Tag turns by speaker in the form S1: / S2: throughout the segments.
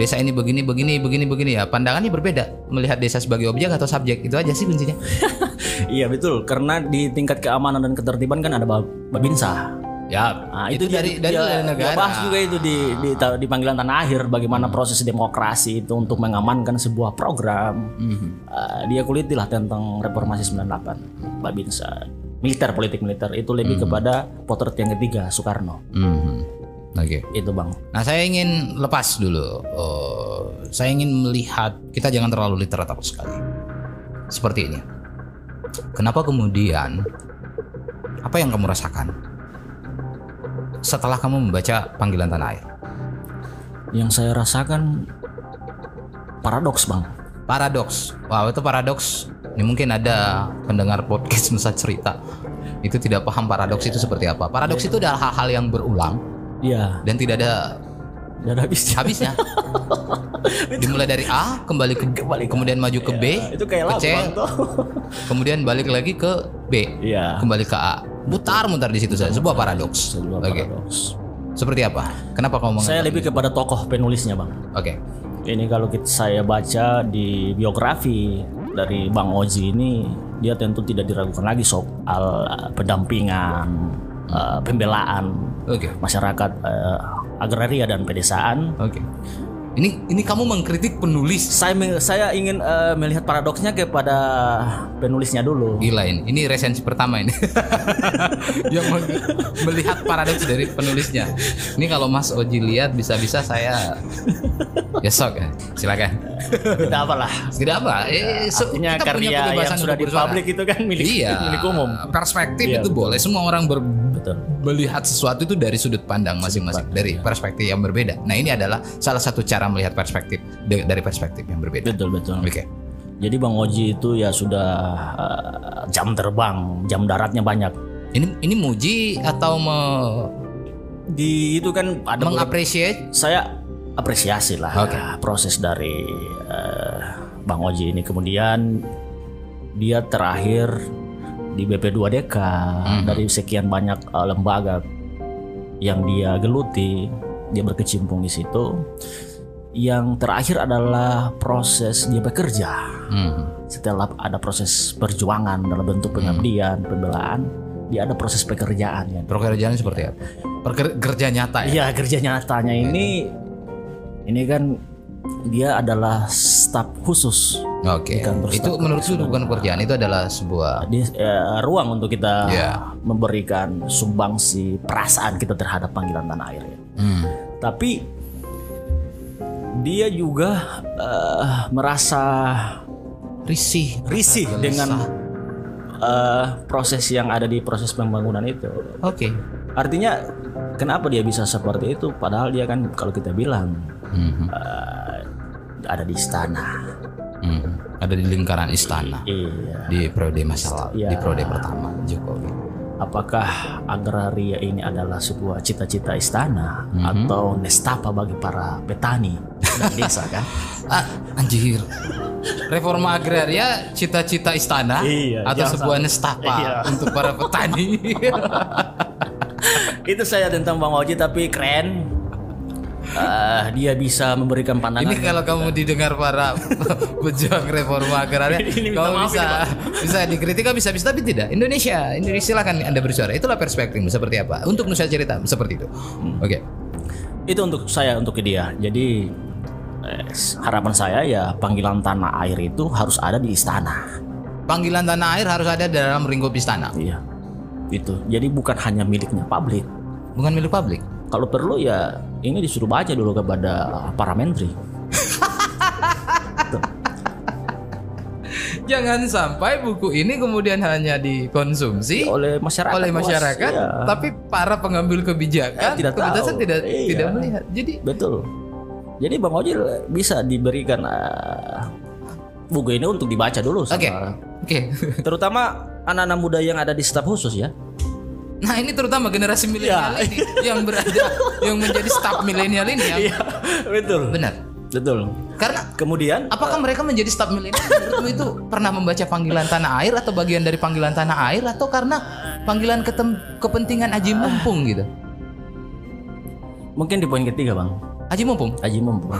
S1: desa ini begini begini begini begini ya pandangannya berbeda melihat desa sebagai objek atau subjek itu aja sih kuncinya
S2: Iya betul, karena di tingkat keamanan dan ketertiban kan ada Ba- Babinsa.
S1: ya
S2: Nah,
S1: itu, dari dari, dari
S2: dia-
S1: negara Hmm.
S2: dia bahas juga itu di, di ta- di panggilan tanah akhir bagaimana proses demokrasi itu untuk mengamankan sebuah program.
S1: Mhm.
S2: Eh, dia kuliti lah tentang reformasi 98 Babinsa. Militer politik militer itu
S1: Hmm.
S2: lebih kepada potret yang ketiga Soekarno.
S1: Mhm. oke
S2: Itu Bang.
S1: Nah, saya ingin lepas dulu. Eh, saya ingin melihat kita jangan terlalu literat apa sekali. Seperti ini. Kenapa kemudian apa yang kamu rasakan setelah kamu membaca panggilan tanah air?
S2: Yang saya rasakan paradoks Bang.
S1: Paradoks. Wow, itu paradoks. Ini mungkin ada pendengar podcast Nusa Cerita itu tidak paham paradoks itu seperti apa. Paradoks itu adalah hal-hal yang berulang
S2: Iya,
S1: dan tidak ada
S2: dan habis
S1: habisnya. Dimulai dari A kembali ke
S2: Kembali ke- Iya.
S1: kemudian maju ke B,
S2: itu kayak
S1: ke
S2: lagu
S1: C,
S2: Bang tuh.
S1: kemudian balik lagi ke B,
S2: Iya.
S1: kembali ke A. Mutar-mutar di situ saja sebuah paradoks.
S2: Sebuah
S1: Oke.
S2: paradoks.
S1: Seperti apa? Kenapa kamu menganggap
S2: Saya
S1: ini?
S2: lebih kepada tokoh penulisnya, Bang.
S1: Oke.
S2: Ini kalau kita, saya baca di biografi dari Bang Oji ini, dia tentu tidak diragukan lagi soal eh, pendampingan, eh, pembelaan
S1: Oke.
S2: masyarakat eh, agraria dan pedesaan.
S1: Oke. Ini ini kamu mengkritik penulis
S2: Saya me- saya ingin eh, melihat paradoksnya kepada penulisnya dulu.
S1: gila ini. Ini resensi pertama ini. Yang meng- melihat paradoks dari penulisnya. Ini kalau Mas Oji lihat bisa-bisa saya ya sok ya. Silakan.
S2: Tidak apalah.
S1: Tidak apa. Eh, so- kita
S2: Iya, Artinya
S1: punya
S2: karya yang
S1: kebebasan
S2: sudah
S1: untuk bersuara.
S2: dipublik itu kan milik
S1: iya,
S2: milik umum.
S1: Perspektif
S2: Iya,
S1: itu
S2: betul.
S1: boleh. Semua orang ber-
S2: Betul.
S1: melihat sesuatu itu dari sudut pandang masing-masing, dari
S2: iya.
S1: perspektif yang berbeda. Nah ini adalah salah satu cara melihat perspektif de- dari perspektif yang berbeda.
S2: Betul betul.
S1: Oke,
S2: Jadi Bang Oji itu ya sudah eh, jam terbang, jam daratnya banyak.
S1: ini ini muji atau me-
S2: Di itu kan ada beberapa-
S1: mengapresiasi?
S2: saya apresiasi lah
S1: Oke.
S2: proses dari eh, Bang Oji ini kemudian dia terakhir di BP2DK
S1: Mhm.
S2: dari sekian banyak eh, lembaga yang dia geluti dia berkecimpung di situ yang terakhir adalah proses dia bekerja
S1: Hmm,
S2: setelah ada proses perjuangan dalam bentuk pengabdian pembelaan dia ada proses pekerjaan ya
S1: Pekerjaan seperti apa? Perker- kerja nyata ya?
S2: Iya kerja nyatanya ini ini kan dia adalah staf khusus
S1: Oke.
S2: Di kantor
S1: Itu
S2: staf
S1: menurut lu
S2: kepresidenan.
S1: bukan pekerjaan, itu adalah sebuah
S2: di eh, ruang untuk kita
S1: Iya.
S2: memberikan sumbangsi perasaan kita terhadap panggilan tanah air. ya.
S1: Hmm,
S2: Tapi dia juga eh, merasa
S1: risih,
S2: risih
S1: gelisah.
S2: dengan eh, proses yang ada di proses pembangunan itu.
S1: Oke.
S2: Artinya kenapa dia bisa seperti itu? Padahal dia kan kalau kita bilang
S1: Mhm,
S2: eh, ada di istana.
S1: mhm. Ada di lingkaran istana
S2: Iya.
S1: di periode masa lalu,
S2: Iya.
S1: di periode pertama Jokowi.
S2: Apakah agraria ini adalah sebuah cita-cita istana
S1: Mhm.
S2: atau nestapa bagi para petani dan desa kan?
S1: Ah, anjir. Reforma agraria cita-cita istana
S2: Iya,
S1: atau
S2: jangan
S1: sebuah
S2: sampai.
S1: nestapa
S2: Iya.
S1: untuk para petani.
S2: Itu saya tentang Bang Oji tapi keren. Eh, dia bisa memberikan pandangan.
S1: ini kalau kamu didengar para pejuang reforma agraria,
S2: Ini minta
S1: kamu
S2: maaf ya,
S1: bisa bisa dikritik bisa bisa tapi tidak. Indonesia, Indonesia silakan Anda bersuara. Itulah perspektifmu seperti apa. Untuk Nusa cerita seperti itu.
S2: Hmm.
S1: Oke.
S2: Itu untuk saya untuk dia. Jadi eh, harapan saya ya panggilan tanah air itu harus ada di istana.
S1: Panggilan tanah air harus ada dalam lingkup istana,
S2: Iya. Itu. Jadi bukan hanya miliknya publik.
S1: bukan milik publik.
S2: Kalau perlu ya ini disuruh baca dulu kepada uh, para menteri.
S1: Jangan sampai buku ini kemudian hanya dikonsumsi
S2: oleh masyarakat
S1: oleh
S2: luas.
S1: masyarakat,
S2: Iya.
S1: tapi para pengambil kebijakan
S2: Eh, tidak tahu.
S1: kebetulan tidak
S2: Iya.
S1: tidak melihat. Jadi
S2: betul jadi bang Ojil bisa diberikan eh, buku ini untuk dibaca dulu sama-
S1: oke. Oke.
S2: terutama anak-anak muda yang ada di staf khusus ya
S1: Nah, ini terutama generasi milenial
S2: Iya.
S1: ini yang berada yang menjadi staf milenial ini yang
S2: Iya. betul
S1: benar.
S2: betul
S1: Karena
S2: kemudian
S1: apakah mereka menjadi staf milenial menurutmu itu pernah membaca panggilan tanah air atau bagian dari panggilan tanah air atau karena panggilan ketem- kepentingan aji mumpung gitu?
S2: mungkin di poin ketiga bang
S1: Haji Mumpung?
S2: Haji Mumpung.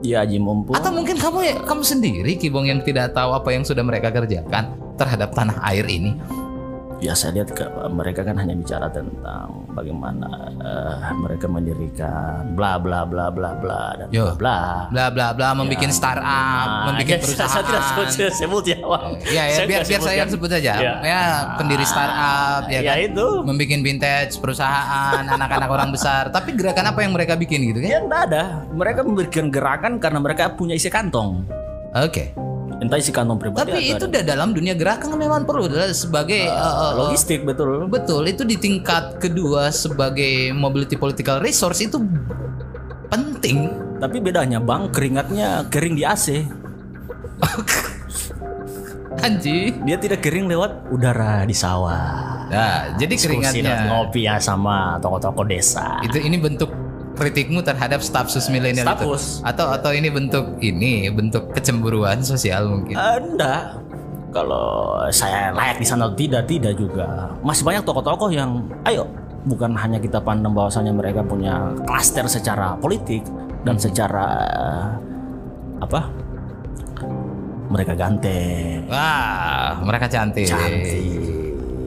S2: Iya Haji Mumpung.
S1: Atau mungkin kamu ya, kamu sendiri Kibong yang tidak tahu apa yang sudah mereka kerjakan terhadap tanah air ini.
S2: biasa Ya, lihat ke- mereka kan hanya bicara tentang bagaimana eh, mereka mendirikan bla bla bla bla bla dan
S1: Yo.
S2: bla bla.
S1: Bla bla bla, membuat startup,
S2: Iya. Nah,
S1: membuat
S2: ya,
S1: perusahaan.
S2: Saya tidak sebut, saya sebut ya, Bang.
S1: Ya, ya
S2: Saya
S1: biar
S2: nggak
S1: biar saya yang
S2: sebutkan.
S1: sebut aja.
S2: Ya.
S1: Ya, pendiri startup ya,
S2: Ya,
S1: kan.
S2: itu.
S1: Membikin vintage perusahaan, anak-anak orang besar. Tapi gerakan apa yang mereka bikin gitu kan?
S2: Ya enggak ada. Mereka memberikan gerakan karena mereka punya isi kantong.
S1: Oke.
S2: Entah isi kantong pribadi
S1: Tapi itu
S2: atau
S1: udah dalam dunia gerakan memang perlu adalah sebagai eh, eh,
S2: ada logistik betul.
S1: Betul, itu di tingkat kedua sebagai mobility political resource itu penting.
S2: Tapi bedanya Bang, keringatnya kering di AC.
S1: Anji.
S2: Dia tidak kering lewat udara di sawah.
S1: Nah, jadi
S2: Kursi dan
S1: keringatnya
S2: ngopi ya sama toko-toko desa.
S1: itu ini bentuk kritikmu terhadap staff sus milenial itu
S2: Status.
S1: atau atau ini bentuk ini bentuk kecemburuan sosial mungkin.
S2: Anda Eh, kalau saya layak di sana atau tidak tidak juga. Masih banyak tokoh-tokoh yang ayo bukan hanya kita pandang bahwasanya mereka punya klaster secara politik
S1: Hmm.
S2: dan secara eh, apa? Mereka ganteng.
S1: Wah, mereka cantik.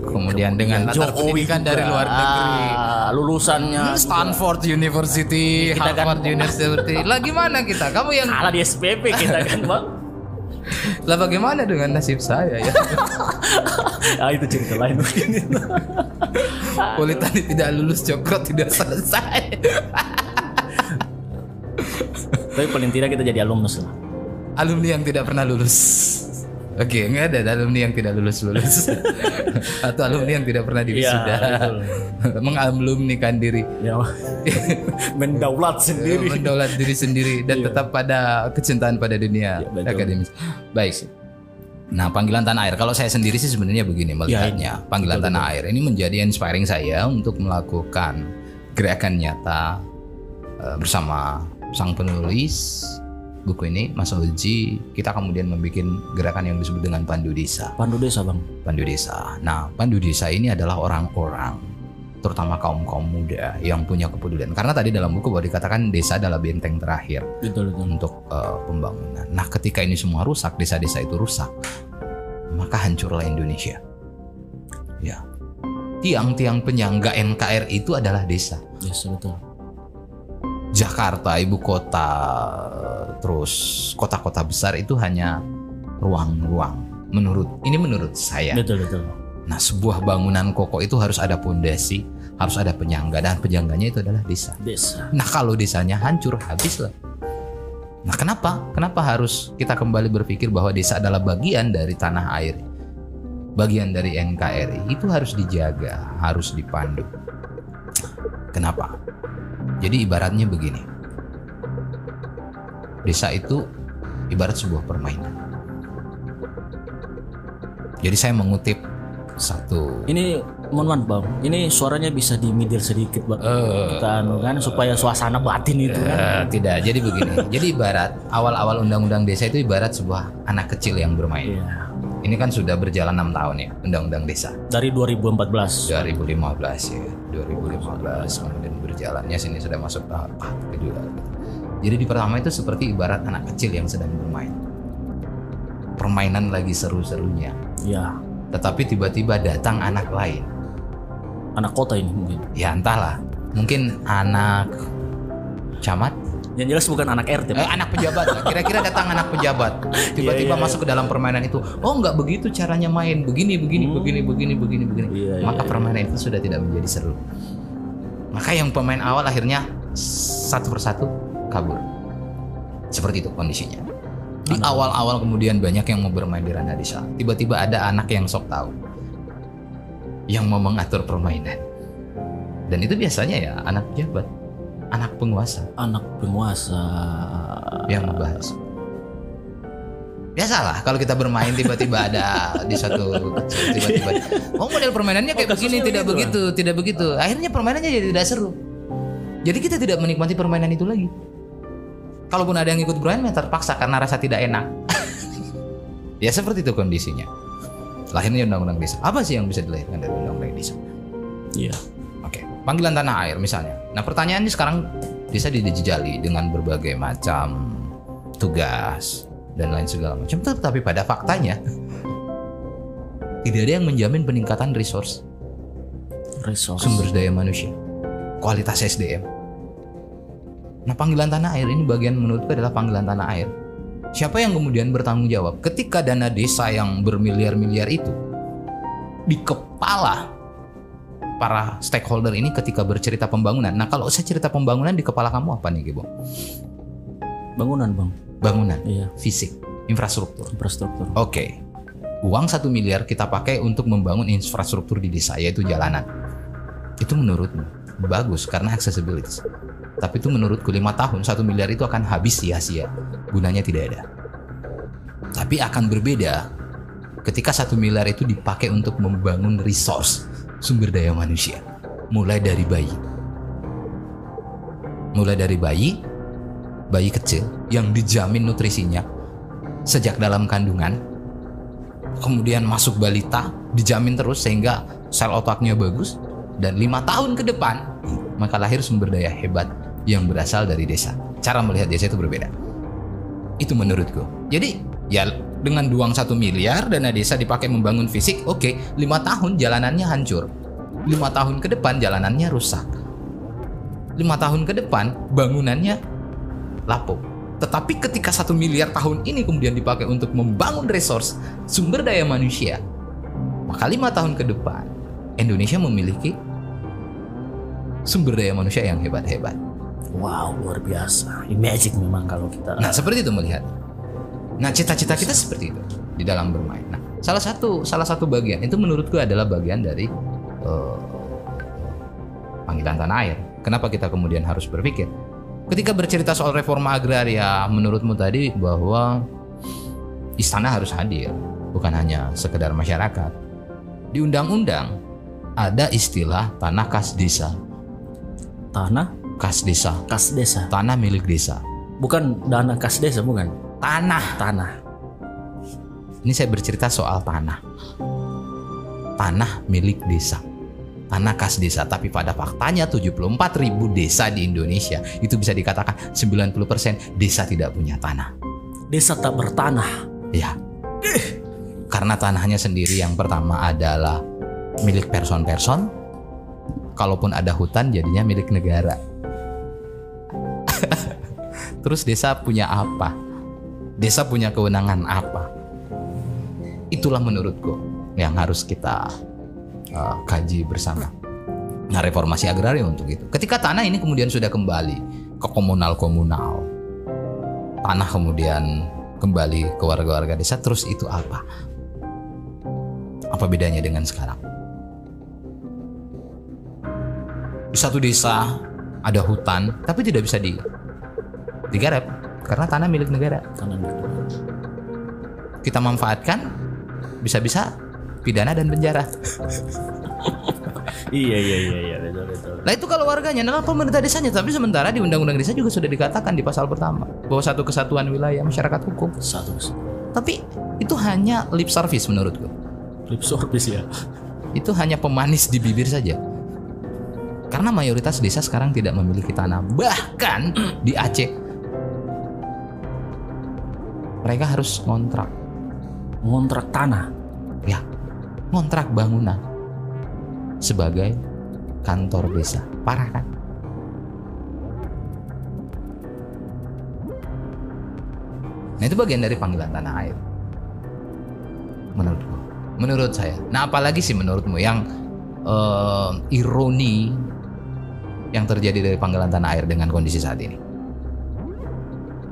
S1: Kemudian dengan latar pendidikan dari luar negeri.
S2: Ah, lulusannya
S1: Hmm, Stanford University,
S2: Kita kan-
S1: Harvard University. Lah gimana kita? Kamu yang
S2: kalah di SPP kita kan bang
S1: lah bagaimana dengan nasib saya ya?
S2: ah itu cerita lain begini
S1: Kulit tadi tidak lulus, cokro tidak selesai.
S2: tapi paling tidak kita jadi alumnus lah
S1: alumni yang tidak pernah lulus. Oke, enggak ada alumni yang tidak lulus lulus atau alumni yang tidak pernah diwisuda.
S2: Iya, betul.
S1: Mengalumnikan diri,
S2: ya mendaulat sendiri
S1: mendaulat Oh, diri sendiri dan tetap pada kecintaan pada dunia
S2: Iya, betul.
S1: akademis. Baik. Nah, panggilan tanah air. Kalau saya sendiri sih sebenarnya
S2: Ya,
S1: begini melihatnya.
S2: iya.
S1: panggilan tanah air ini menjadi inspiring saya untuk melakukan gerakan nyata eh, bersama sang penulis buku ini, Mas Oji. Kita kemudian membuat gerakan yang disebut dengan Pandu Desa.
S2: pandu desa bang
S1: Pandu Desa. Nah, Pandu Desa ini adalah orang-orang, terutama kaum-kaum muda yang punya kepedulian. Karena tadi dalam buku bahwa dikatakan desa adalah benteng terakhir
S2: betul betul
S1: untuk eh, pembangunan. Nah, ketika ini semua rusak, desa-desa itu rusak, maka hancurlah Indonesia. Ya. Tiang-tiang penyangga NKRI itu adalah desa.
S2: Yes, betul.
S1: Jakarta ibu kota terus kota-kota besar itu hanya ruang-ruang menurut ini menurut saya.
S2: Betul, betul.
S1: Nah, sebuah bangunan kokoh itu harus ada pondasi, harus ada penyangga dan penyangganya itu adalah desa.
S2: Desa.
S1: Nah, kalau desanya hancur habislah. Nah, kenapa? Kenapa harus kita kembali berpikir bahwa desa adalah bagian dari tanah air? Bagian dari NKRI itu harus dijaga, harus dipandu. Kenapa? Jadi ibaratnya begini. Desa itu ibarat sebuah permainan. Jadi saya mengutip satu
S2: Ini mohon maaf bang, ini suaranya bisa dimidir sedikit buat kita anu kan supaya suasana batin itu kan.
S1: Eh, tidak, jadi begini. jadi ibarat awal-awal undang-undang desa itu ibarat sebuah anak kecil yang bermain.
S2: Iya.
S1: Ini kan sudah berjalan enam tahun ya, undang-undang desa.
S2: Dari
S1: Ya.
S2: 2014.
S1: 2015 ya, 2015 kemudian berjalannya sini sudah masuk tahap tahap kedua. Jadi di pertama itu seperti ibarat anak kecil yang sedang bermain. Permainan lagi seru-serunya,
S2: Iya.
S1: tetapi tiba-tiba datang anak lain.
S2: Anak kota ini mungkin.
S1: Ya entahlah, mungkin anak camat
S2: Yang jelas bukan anak RT.
S1: Eh, anak pejabat lah. kira-kira datang anak pejabat
S2: Iya,
S1: tiba-tiba
S2: iya, iya.
S1: masuk ke dalam permainan itu oh nggak begitu caranya main begini begini
S2: Hmm.
S1: begini begini begini begini
S2: Iya, iya,
S1: maka
S2: iya.
S1: permainan itu sudah tidak menjadi seru maka yang pemain awal akhirnya satu persatu kabur seperti itu kondisinya di
S2: Anak.
S1: awal-awal kemudian banyak yang mau bermain di ranah desa tiba-tiba ada anak yang sok tahu yang mau mengatur permainan dan itu biasanya ya anak pejabat anak penguasa
S2: Anak penguasa.
S1: yang membahas. Biasalah kalau kita bermain tiba-tiba ada di suatu kecil, tiba-tiba oh model permainannya kayak
S2: Oh,
S1: begini
S2: kasusnya
S1: tidak
S2: begitu,
S1: begitu, tidak begitu. Akhirnya permainannya jadi tidak seru. Jadi kita tidak menikmati permainan itu lagi. Kalaupun ada yang ikut bermain ya terpaksa karena rasa tidak enak. ya seperti itu kondisinya. Lahirnya undang-undang desa. Apa sih yang bisa dilahirkan dari undang-undang desa?
S2: Iya.
S1: Oke, panggilan tanah air misalnya. Nah, pertanyaannya sekarang desa dijejali dengan berbagai macam tugas dan lain segala macam tetapi pada faktanya tidak ada yang menjamin peningkatan resource
S2: resource
S1: sumber daya manusia kualitas SDM nah panggilan tanah air ini bagian menurutku adalah panggilan tanah air siapa yang kemudian bertanggung jawab ketika dana desa yang bermiliar-miliar itu di kepala para stakeholder ini ketika bercerita pembangunan nah kalau saya cerita pembangunan di kepala kamu apa nih Gebo?
S2: bangunan bang
S1: bangunan
S2: iya
S1: fisik infrastruktur
S2: infrastruktur
S1: oke uang satu miliar kita pakai untuk membangun infrastruktur di desa yaitu jalanan itu menurutmu bagus karena accessibility tapi itu menurutku lima tahun satu miliar itu akan habis sia-sia gunanya tidak ada tapi akan berbeda ketika satu miliar itu dipakai untuk membangun resource sumber daya manusia mulai dari bayi mulai dari bayi bayi kecil yang dijamin nutrisinya sejak dalam kandungan kemudian masuk balita dijamin terus sehingga sel otaknya bagus dan lima tahun ke depan maka lahir sumber daya hebat yang berasal dari desa cara melihat desa itu berbeda itu menurutku jadi ya dengan uang satu miliar dana desa dipakai membangun fisik oke lima tahun jalanannya hancur lima tahun ke depan jalanannya rusak lima tahun ke depan bangunannya lapuk tetapi ketika satu miliar tahun ini kemudian dipakai untuk membangun resource sumber daya manusia, maka lima tahun ke depan Indonesia memiliki sumber daya manusia yang hebat-hebat.
S2: wow luar biasa magic memang kalau kita
S1: Nah seperti itu melihat. Nah cita-cita kita seperti itu di dalam bermain. Nah salah satu salah satu bagian itu menurutku adalah bagian dari eh, panggilan tanah air. Kenapa kita kemudian harus berpikir? Ketika bercerita soal reforma agraria, menurutmu tadi bahwa istana harus hadir, bukan hanya sekedar masyarakat. Di undang-undang ada istilah tanah kas desa,
S2: tanah
S1: kas desa,
S2: kas desa
S1: tanah milik desa.
S2: bukan dana kas desa bukan
S1: Tanah
S2: tanah
S1: Ini saya bercerita soal tanah. Tanah milik desa. Tanah khas desa, tapi pada faktanya 74.000 desa di Indonesia itu bisa dikatakan 90% desa tidak punya tanah.
S2: desa tak bertanah
S1: Ya. Karena tanahnya sendiri yang pertama adalah milik person-person. Kalaupun ada hutan jadinya milik negara. Terus desa punya apa? Desa punya kewenangan apa? Itulah menurutku yang harus kita uh, kaji bersama. Nah, reformasi agraria untuk itu. Ketika tanah ini kemudian sudah kembali ke komunal-komunal, tanah kemudian kembali ke warga-warga desa, terus itu apa? Apa bedanya dengan sekarang? Di satu desa ada hutan, tapi tidak bisa di digarap karena tanah milik negara.
S2: tanah
S1: Kita manfaatkan, bisa-bisa pidana dan penjara.
S2: iya iya iya iya betul betul
S1: Nah itu kalau warganya, nah pemerintah desanya. Tapi sementara di Undang-Undang Desa juga sudah dikatakan di pasal pertama bahwa satu kesatuan wilayah masyarakat hukum.
S2: satu
S1: Tapi itu hanya lip service menurutku.
S2: lip service ya
S1: Itu hanya pemanis di bibir saja. Karena mayoritas desa sekarang tidak memiliki tanah. Bahkan di Aceh mereka harus ngontrak,
S2: ngontrak tanah
S1: ya, ngontrak bangunan sebagai kantor desa. Parah kan? Nah itu bagian dari panggilan tanah air. Menurutku. Menurut saya. Nah apalagi sih menurutmu yang eh, ironi yang terjadi dari panggilan tanah air dengan kondisi saat ini?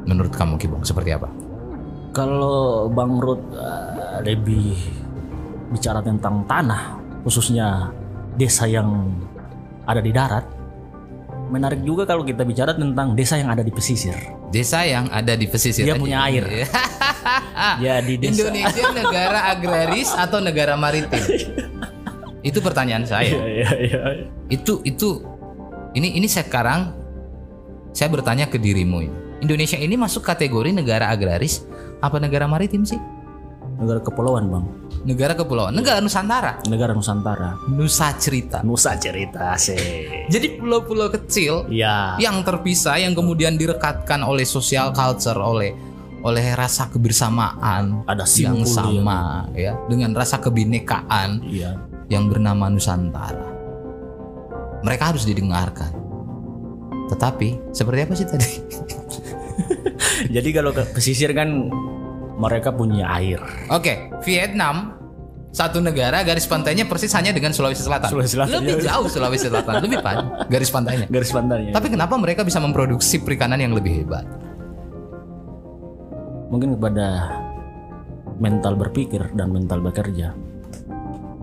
S1: Menurut kamu Kibong seperti apa?
S2: kalau Bang Rud eh, lebih bicara tentang tanah khususnya desa yang ada di darat menarik juga kalau kita bicara tentang desa yang ada di pesisir
S1: Desa yang ada di pesisir. tadi.
S2: Dia
S1: Iya.
S2: punya air. ya di desa
S1: Indonesia negara agraris atau negara maritim? Itu pertanyaan saya.
S2: Iya, iya, iya.
S1: Itu itu ini ini sekarang saya bertanya ke dirimu ini. Indonesia ini masuk kategori negara agraris apa negara maritim sih?
S2: negara kepulauan bang
S1: Negara kepulauan, negara Nusantara,
S2: negara Nusantara
S1: Nusa Cerita.
S2: Nusa cerita sih
S1: Jadi pulau-pulau kecil
S2: ya
S1: yang terpisah yang kemudian direkatkan oleh social culture oleh oleh rasa kebersamaan
S2: ada
S1: yang
S2: simbol
S1: sama ya dengan rasa kebinekaan
S2: iya
S1: yang bernama Nusantara. Mereka harus didengarkan. Tetapi seperti apa sih tadi?
S2: jadi kalau ke pesisir kan mereka punya air
S1: Oke, Vietnam satu negara garis pantainya persis hanya dengan Sulawesi Selatan.
S2: Sulawesi Selatan,
S1: lebih
S2: iya.
S1: jauh Sulawesi Selatan, lebih pan garis ya? pantainya.
S2: garis pantainya
S1: Tapi kenapa mereka bisa memproduksi perikanan yang lebih hebat?
S2: mungkin kepada mental berpikir dan mental bekerja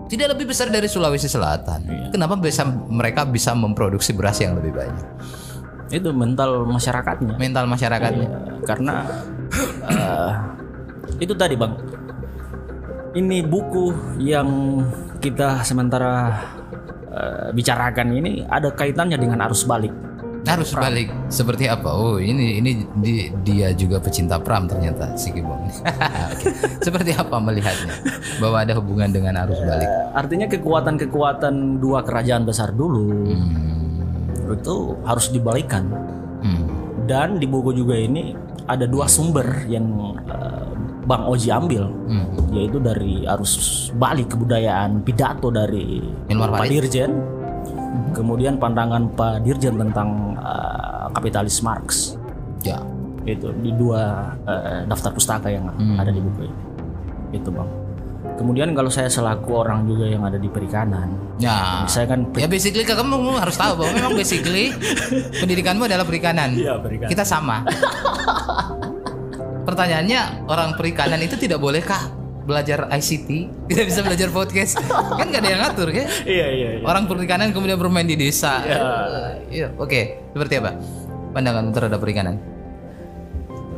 S1: Tidak lebih besar dari Sulawesi Selatan.
S2: Iya.
S1: Kenapa bisa mereka bisa memproduksi beras yang lebih banyak?
S2: itu mental masyarakatnya
S1: Mental masyarakatnya.
S2: karena eh, itu tadi bang ini buku yang kita sementara eh, bicarakan ini ada kaitannya dengan arus balik
S1: Harus balik seperti apa? Oh, ini ini di- dia juga pecinta pram ternyata si Kibong. Ah, Oke. Seperti apa melihatnya bahwa ada hubungan dengan arus balik?
S2: Eh, artinya kekuatan-kekuatan dua kerajaan besar dulu itu harus dibalikan
S1: Hmm.
S2: dan di buku juga ini ada dua sumber yang eh, bang Oji ambil
S1: Hmm.
S2: yaitu dari arus balik kebudayaan pidato dari
S1: Ilmar
S2: Pak
S1: Farid.
S2: Dirjen kemudian pandangan Pak Dirjen tentang eh, kapitalis Marx
S1: Ya.
S2: itu di dua eh, daftar pustaka yang
S1: Hmm.
S2: ada di buku ini itu bang kemudian kalau saya selaku orang juga yang ada di perikanan
S1: Ya.
S2: saya kan
S1: Ya basically kamu- kamu harus tahu bahwa memang basically pendidikanmu adalah perikanan.
S2: Iya, perikanan.
S1: Kita sama. Pertanyaannya orang perikanan itu tidak bolehkah belajar ICT? Tidak bisa belajar podcast? Kan gak ada yang ngatur ya?
S2: iya iya
S1: Orang perikanan kemudian bermain di desa.
S2: Ya.
S1: Eh, iya, Oke, seperti apa? Pandangan terhadap perikanan.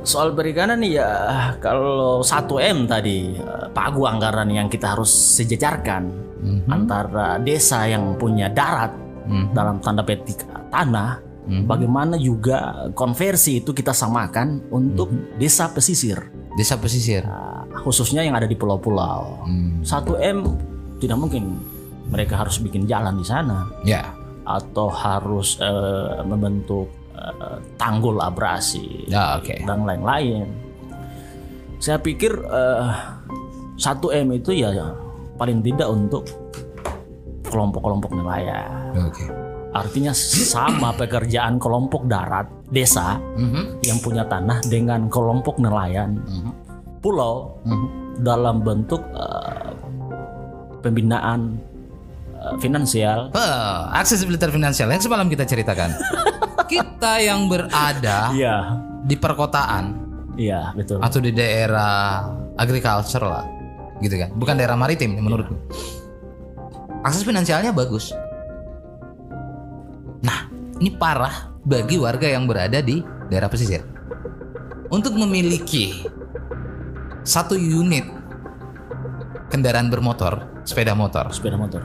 S2: soal perikanan ya kalau 1M tadi eh, pagu anggaran yang kita harus sejajarkan
S1: Mhm.
S2: antara desa yang punya darat
S1: Mhm.
S2: dalam tanda petik tanah
S1: Mhm.
S2: bagaimana juga konversi itu kita samakan untuk desa pesisir
S1: Desa pesisir.
S2: Nah, khususnya yang ada di pulau-pulau
S1: Hmm,
S2: 1M tidak mungkin mereka harus bikin jalan di sana
S1: Ya.
S2: atau harus eh, membentuk eh, tanggul abrasi
S1: Ya, oke.
S2: Iya. dan lain-lain. Saya pikir eh, 1M itu ya paling tidak untuk kelompok-kelompok nelayan.
S1: Oke.
S2: Artinya sama pekerjaan kelompok darat desa
S1: Mhm.
S2: yang punya tanah dengan kelompok nelayan
S1: Mhm.
S2: pulau
S1: Mhm.
S2: dalam bentuk eh, pembinaan eh, finansial
S1: Eh, aksesibilitas finansial yang semalam kita ceritakan. kita yang berada
S2: Iya,
S1: di perkotaan
S2: iya betul.
S1: atau di daerah agriculture lah, gitu kan? Bukan daerah maritim menurutku. Akses finansialnya bagus. Nah, ini parah bagi warga yang berada di daerah pesisir. Untuk memiliki satu unit kendaraan bermotor, sepeda motor,
S2: Sepeda motor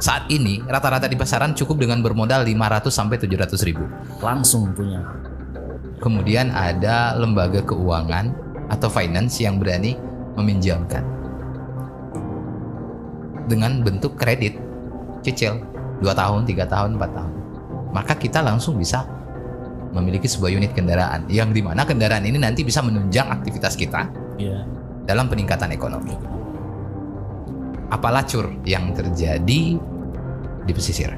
S1: saat ini rata-rata di pasaran cukup dengan bermodal 500 sampai 700 ribu.
S2: langsung punya.
S1: Kemudian ada lembaga keuangan atau finance yang berani meminjamkan dengan bentuk kredit cicil 2 tahun, 3 tahun, 4 tahun. Maka kita langsung bisa memiliki sebuah unit kendaraan yang dimana kendaraan ini nanti bisa menunjang aktivitas kita
S2: Iya.
S1: dalam peningkatan ekonomi. Apalah cur yang terjadi di pesisir.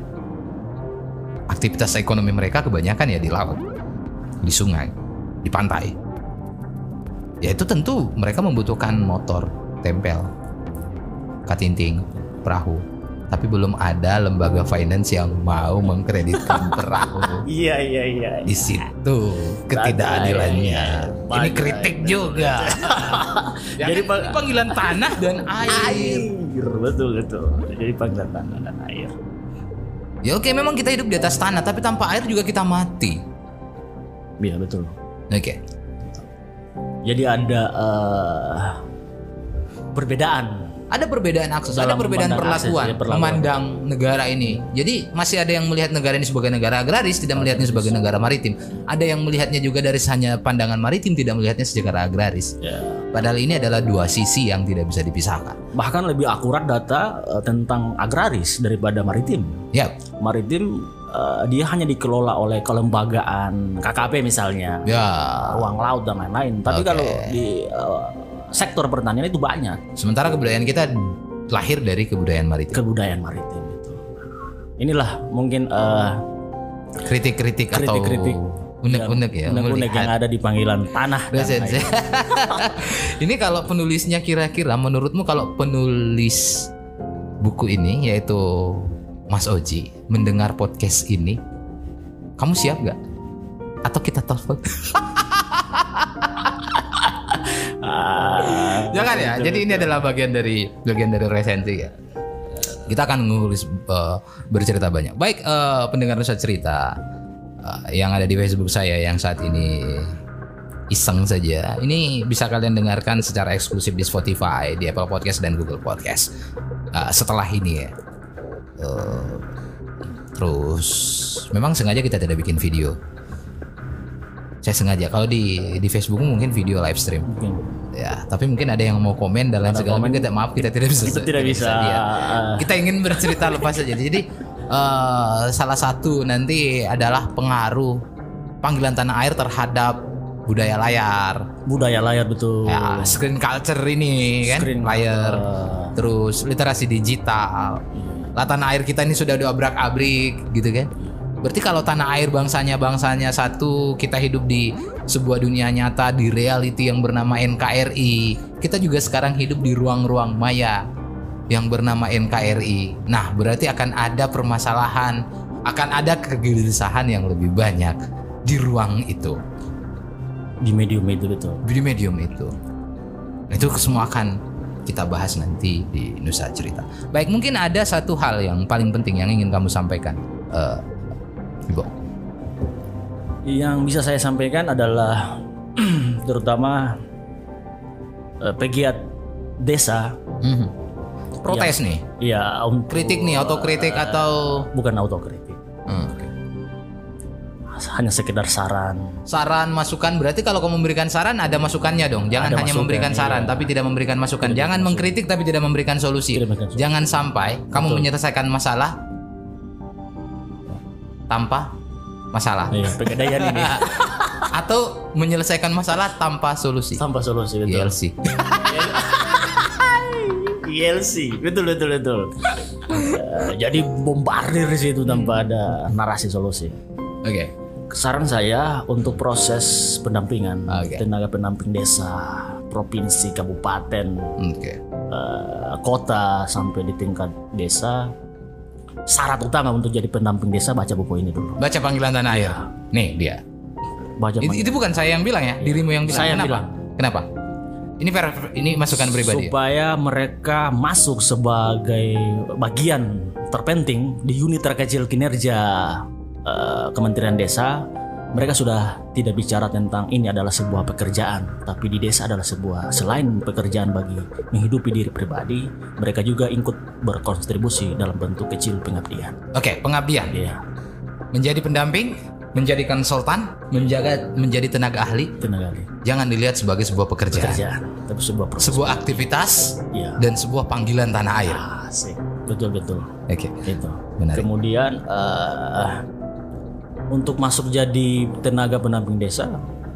S1: Aktivitas ekonomi mereka kebanyakan ya di laut, di sungai, di pantai. Ya itu tentu mereka membutuhkan motor, tempel, katinting, perahu. Tapi belum ada lembaga finance yang mau mengkreditkan perahu.
S2: Iya iya iya.
S1: Di situ ketidakadilannya. Ini kritik juga. Ya
S2: Jadi
S1: kan,
S2: pang-
S1: ini panggilan tanah dan air.
S2: Air betul betul. Jadi panggilan tanah dan air.
S1: Ya oke, memang kita hidup di atas tanah, tapi tanpa air juga kita mati.
S2: Iya betul.
S1: Oke.
S2: Jadi ada eh, perbedaan
S1: ada perbedaan akses, ada
S2: Dalam
S1: perbedaan
S2: memandang
S1: perlakuan,
S2: akses, ya, perlakuan.
S1: memandang negara ini. Jadi masih ada yang melihat negara ini sebagai negara agraris, tidak melihatnya sebagai negara maritim. Ada yang melihatnya juga dari hanya pandangan maritim, tidak melihatnya secara agraris.
S2: Ya.
S1: Padahal ini adalah dua sisi yang tidak bisa dipisahkan.
S2: Bahkan lebih akurat data eh, tentang agraris daripada maritim.
S1: Ya,
S2: Maritim eh, dia hanya dikelola oleh kelembagaan KKP misalnya,
S1: ya.
S2: ruang laut dan lain-lain.
S1: Oke.
S2: Tapi kalau di eh, sektor pertanian itu banyak
S1: Sementara kebudayaan kita lahir dari kebudayaan maritim.
S2: kebudayaan maritim itu. Inilah mungkin eh,
S1: Kritik-kritik atau
S2: Kritik-kritik.
S1: unek-unek ya.
S2: unek-unek
S1: melihat.
S2: yang ada di panggilan tanah dan
S1: Dosen.
S2: lain-lain.
S1: ini kalau penulisnya kira-kira menurutmu kalau penulis buku ini yaitu Mas Oji mendengar podcast ini, kamu siap nggak? Atau kita telepon?
S2: Ah,
S1: Jangan ya. Jadi ini adalah bagian dari bagian dari resensi ya. Kita akan menulis eh, bercerita banyak. Baik eh, pendengar Nusa Cerita eh, yang ada di Facebook saya yang saat ini iseng saja. Ini bisa kalian dengarkan secara eksklusif di Spotify, di Apple Podcast dan Google Podcast. Eh, setelah ini ya. Eh, terus memang sengaja kita tidak bikin video. Saya sengaja kalau di di Facebook mungkin video live stream.
S2: mungkin
S1: Ya, tapi mungkin ada yang mau komen dan lain segala macam. Kita- Maaf, kita tidak bisa.
S2: kita tidak bisa
S1: lihat.
S2: ah,
S1: Kita ingin bercerita lepas saja. Jadi eh, salah satu nanti adalah pengaruh panggilan tanah air terhadap budaya layar,
S2: budaya layar betul
S1: ya, screen culture ini kan,
S2: Screen
S1: layar,
S2: culture.
S1: terus literasi digital. Lah tanah air kita ini sudah diabrak abrik gitu kan. Berarti kalau tanah air bangsanya bangsanya satu, kita hidup di sebuah dunia nyata di reality yang bernama NKRI. Kita juga sekarang hidup di ruang-ruang maya yang bernama NKRI. Nah, berarti akan ada permasalahan, akan ada kegelisahan yang lebih banyak di ruang itu,
S2: di medium itu betul
S1: di medium itu. Nah, Itu semua akan kita bahas nanti di Nusa Cerita. Baik, mungkin ada satu hal yang paling penting yang ingin kamu sampaikan. Eh, Ibu.
S2: yang bisa saya sampaikan adalah terutama eh, pegiat desa
S1: Mhm. Protes nih,
S2: ya untuk
S1: kritik nih, autokritik atau
S2: bukan autokritik
S1: Hmm.
S2: hanya sekedar saran
S1: saran masukan. Berarti kalau kamu memberikan saran ada masukannya dong. Jangan
S2: Ada
S1: hanya
S2: masukan,
S1: memberikan saran
S2: iya.
S1: tapi tidak memberikan masukan. Jangan mengkritik tapi tidak memberikan solusi.
S2: Tidak memberikan solusi.
S1: Jangan sampai kamu
S2: Betul.
S1: menyelesaikan masalah tanpa masalah
S2: ya, pegadaian ini
S1: atau menyelesaikan masalah tanpa solusi. Iya,
S2: tanpa solusi betul
S1: DLC.
S2: ILC Iya betul betul betul Eh, jadi bombardir di situ tanpa ada narasi solusi
S1: Oke.
S2: saran saya untuk proses pendampingan
S1: Oke.
S2: tenaga pendamping desa provinsi kabupaten
S1: Oke.
S2: eh, kota sampai di tingkat desa syarat utama untuk jadi pendamping desa baca buku ini dulu
S1: Baca panggilan tanah
S2: Iya.
S1: air. Nih dia.
S2: baca
S1: Itu, itu bukan saya yang bilang ya, dirimu yang bilang.
S2: Iya. Saya yang
S1: Kenapa?
S2: bilang.
S1: Kenapa? Ini per- ini masukan pribadi. ya?
S2: supaya mereka masuk sebagai bagian terpenting di unit terkecil kinerja eh, Kementerian Desa mereka sudah tidak bicara tentang ini adalah sebuah pekerjaan tapi di desa adalah sebuah selain pekerjaan bagi menghidupi diri pribadi mereka juga ikut berkontribusi dalam bentuk kecil pengabdian
S1: Oke, pengabdian.
S2: ya
S1: Menjadi pendamping, menjadi konsultan, menjaga menjadi tenaga ahli,
S2: tenaga ahli.
S1: jangan dilihat sebagai sebuah pekerjaan,
S2: pekerjaan tapi sebuah proses
S1: sebuah aktivitas
S2: ya
S1: dan sebuah panggilan tanah air.
S2: asik betul betul
S1: Oke.
S2: itu
S1: Menarik.
S2: kemudian eh, untuk masuk jadi tenaga pendamping desa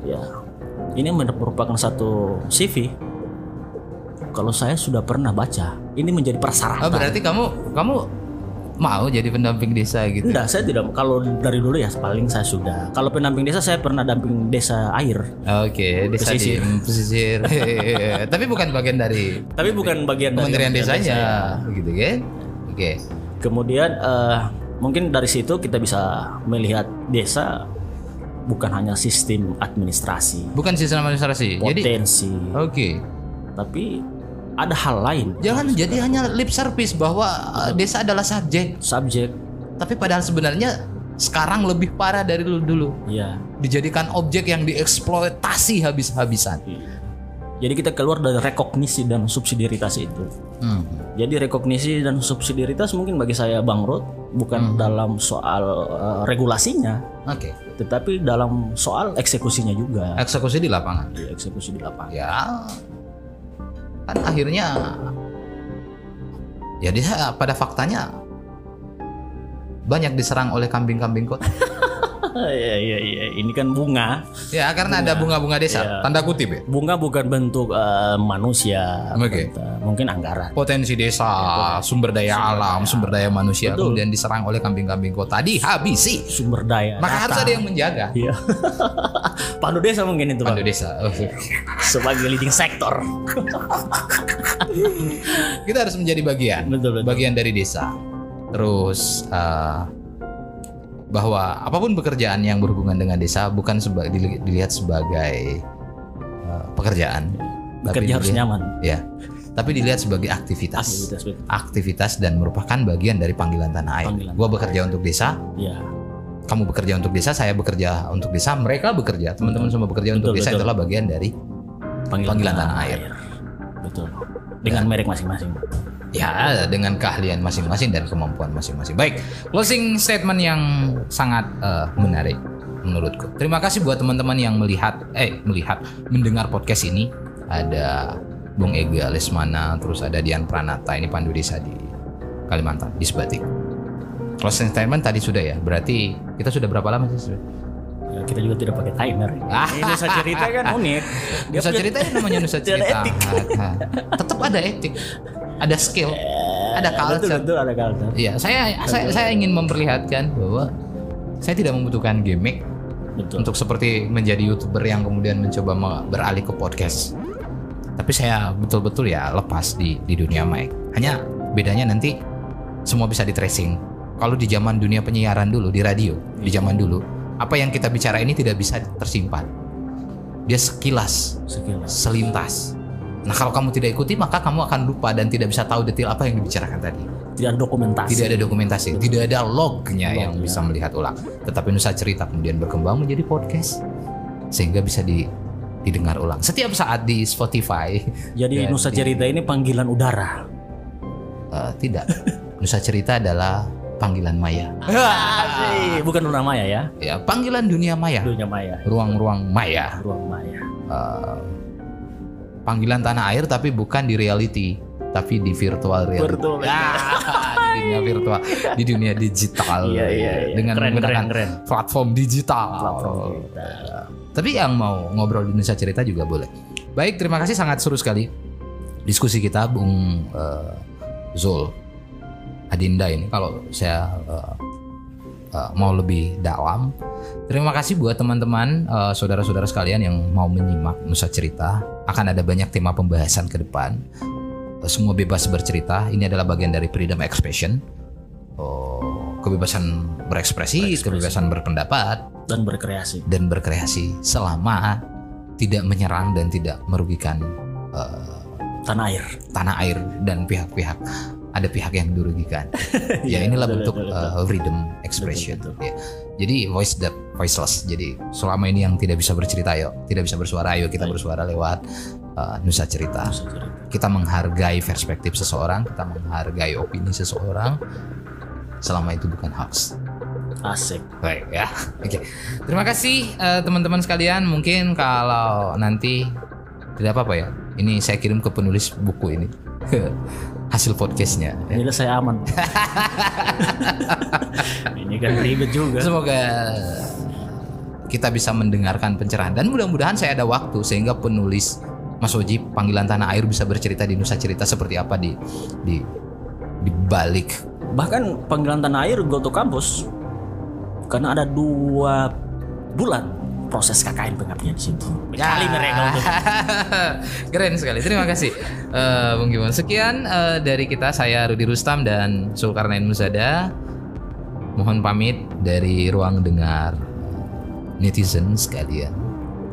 S2: ya ini men- merupakan satu CV kalau saya sudah pernah baca ini menjadi
S1: Oh,
S2: persyaratan
S1: berarti kamu kamu mau jadi pendamping desa gitu.
S2: Enggak, saya tidak kalau dari dulu ya paling saya sudah kalau pendamping desa saya pernah damping desa air
S1: Oke, desa di mm, pesisir.
S2: Pesisir.
S1: Tapi bukan bagian dari
S2: tapi bukan bagian dari
S1: Kementerian Desanya,
S2: desa.
S1: gitu kan? Oke.
S2: Kemudian eh, mungkin dari situ kita bisa melihat desa bukan hanya sistem administrasi,
S1: Bukan sistem administrasi. Jadi
S2: potensi,
S1: Oke,
S2: tapi ada hal lain.
S1: jangan jadi hanya lip service bahwa uh, desa adalah subjek,
S2: Subjek,
S1: tapi padahal sebenarnya sekarang lebih parah dari dulu dulu.
S2: ya. Hmm.
S1: Dijadikan objek yang dieksploitasi habis-habisan.
S2: Jadi kita keluar dari rekognisi dan subsidiaritas itu.
S1: Hmm.
S2: Jadi rekognisi dan subsidiaritas mungkin bagi saya bangkrut bukan dalam soal eh, regulasinya,
S1: Oke.
S2: tetapi dalam soal eksekusinya juga.
S1: Eksekusi di lapangan.
S2: Di eksekusi di lapangan.
S1: Ya kan akhirnya ya dia pada faktanya banyak diserang oleh kambing-kambing kota.
S2: Iya iya iya, ini kan bunga.
S1: Ya karena ada bunga-bunga desa,
S2: Iya.
S1: tanda kutip ya.
S2: Bunga bukan bentuk eh, manusia,
S1: Oke.
S2: bentuk- mungkin anggaran.
S1: Potensi desa, sumber daya alam, sumber daya manusia
S2: Betul.
S1: kemudian diserang oleh kambing-kambing kota dihabisi.
S2: sumber daya.
S1: Maka
S2: data.
S1: harus ada yang menjaga
S2: Iya. Pandu desa mungkin itu, Bang.
S1: pandu desa.
S2: Sebagai leading sektor.
S1: Kita harus menjadi bagian.
S2: Betul betul.
S1: bagian dari desa. Terus eh, bahwa apapun pekerjaan yang berhubungan dengan desa bukan seba- dili- dilihat sebagai eh, pekerjaan,
S2: Bekerja harus
S1: dilihat-
S2: nyaman.
S1: ya, tapi dilihat sebagai aktivitas.
S2: Aktivitas Iya, betul.
S1: Aktivitas dan merupakan bagian dari panggilan tanah air.
S2: Panggilan
S1: Gua bekerja untuk desa,
S2: Iya.
S1: kamu bekerja untuk desa, saya bekerja untuk desa, mereka bekerja, teman-teman semua bekerja untuk
S2: Iya. Betul,
S1: desa
S2: betul.
S1: itulah bagian dari Panggilan tanah air.
S2: Betul. Dengan merek masing-masing.
S1: ya dengan keahlian masing-masing dan kemampuan masing-masing. Baik, closing statement yang sangat eh, menarik menurutku. Terima kasih buat teman-teman yang melihat eh melihat mendengar podcast ini. Ada Bung Ege Lesmana, terus ada Dian Pranata ini Pandu Desa di Kalimantan di Sebatik. Closing statement tadi sudah ya. Berarti kita sudah berapa lama sih? sudah?
S2: Ya, kita juga tidak pakai timer. Ini Nusa cerita kan unik. Dia
S1: Ah. Nusa
S2: punya-
S1: cerita ya namanya Nusa
S2: Tidak ada
S1: cerita.
S2: etik.
S1: Tetap ada etik, ada skill, ada
S2: Betul,
S1: culture.
S2: betul ada culture.
S1: Iya, saya saya saya ingin memperlihatkan bahwa saya tidak membutuhkan gimmick
S2: Betul.
S1: untuk seperti menjadi youtuber yang kemudian mencoba me- beralih ke podcast. Tapi saya betul-betul ya lepas di di dunia mic. Hanya bedanya nanti semua bisa di tracing. Kalau di zaman dunia penyiaran dulu di radio, di zaman dulu apa yang kita bicara ini tidak bisa tersimpan. Dia sekilas,
S2: Sekilas.
S1: selintas. Nah, kalau kamu tidak ikuti maka kamu akan lupa dan tidak bisa tahu detail apa yang dibicarakan tadi
S2: Tidak ada dokumentasi.
S1: tidak ada dokumentasi, tidak ada lognya
S2: Lognya.
S1: yang bisa melihat ulang. Tetapi Nusa Cerita kemudian berkembang menjadi podcast sehingga bisa di- didengar ulang setiap saat di Spotify.
S2: Jadi
S1: Dan
S2: Nusa
S1: di-
S2: cerita ini panggilan udara.
S1: Eh, tidak, Nusa Cerita adalah panggilan maya. Ah.
S2: Asik. Bukan dunia maya ya.
S1: Ya, panggilan dunia maya,
S2: Dunia maya.
S1: ruang-ruang maya,
S2: Ruang maya.
S1: Eh, panggilan tanah air tapi bukan di reality, tapi di virtual reality.
S2: Virtual reality.
S1: Iya. Ah, di dunia virtual, di dunia digital.
S2: Iya iya. iya.
S1: Dengan
S2: keren,
S1: menggunakan Oh.
S2: keren keren.
S1: platform digital.
S2: Platform kita.
S1: Tapi yang mau ngobrol di Nusa Cerita juga boleh. Baik, terima kasih sangat seru sekali diskusi kita Bung eh, Zul Adinda ini kalau saya eh, eh, mau lebih dalam. Terima kasih buat teman-teman eh, saudara-saudara sekalian yang mau menyimak Nusa Cerita. Akan ada banyak tema pembahasan ke depan. Eh, Semua bebas bercerita. Ini adalah bagian dari freedom expression. Oh, kebebasan berekspresi,
S2: Berekspresi.
S1: kebebasan berpendapat
S2: Dan berkreasi.
S1: dan berkreasi selama tidak menyerang dan tidak merugikan eh,
S2: Tanah air.
S1: tanah air dan pihak-pihak ada pihak yang dirugikan. ya
S2: Iya,
S1: inilah
S2: betul,
S1: bentuk
S2: betul, betul.
S1: eh, freedom expression.
S2: Betul,
S1: Ya. Jadi voice that voiceless. Jadi selama ini yang tidak bisa bercerita ayo, tidak bisa bersuara ayo kita
S2: Baik.
S1: bersuara lewat eh, nusa cerita.
S2: Nusa cerita.
S1: Kita menghargai perspektif seseorang, kita menghargai opini seseorang selama itu bukan hoax.
S2: Asik.
S1: Baik ya. Oke. Terima kasih eh, teman-teman sekalian. Mungkin kalau nanti tidak apa-apa ya. Ini saya kirim ke penulis buku ini. Hasil podcastnya. ya.
S2: Ini saya aman. ini kan ribet juga.
S1: Semoga kita bisa mendengarkan pencerahan dan mudah-mudahan saya ada waktu sehingga penulis Mas Oji panggilan tanah air bisa bercerita di Nusa Cerita seperti apa di di di balik
S2: Bahkan panggilan tanah air go to kampus karena ada dua bulan proses KKN pengabdian di situ.
S1: Ya.
S2: Kali mereka untuk
S1: Keren sekali. Terima kasih eh, Bung Gimon. Sekian eh, dari kita saya Rudi Rustam dan Zulkarnain Musada. Mohon pamit dari ruang dengar netizen sekalian.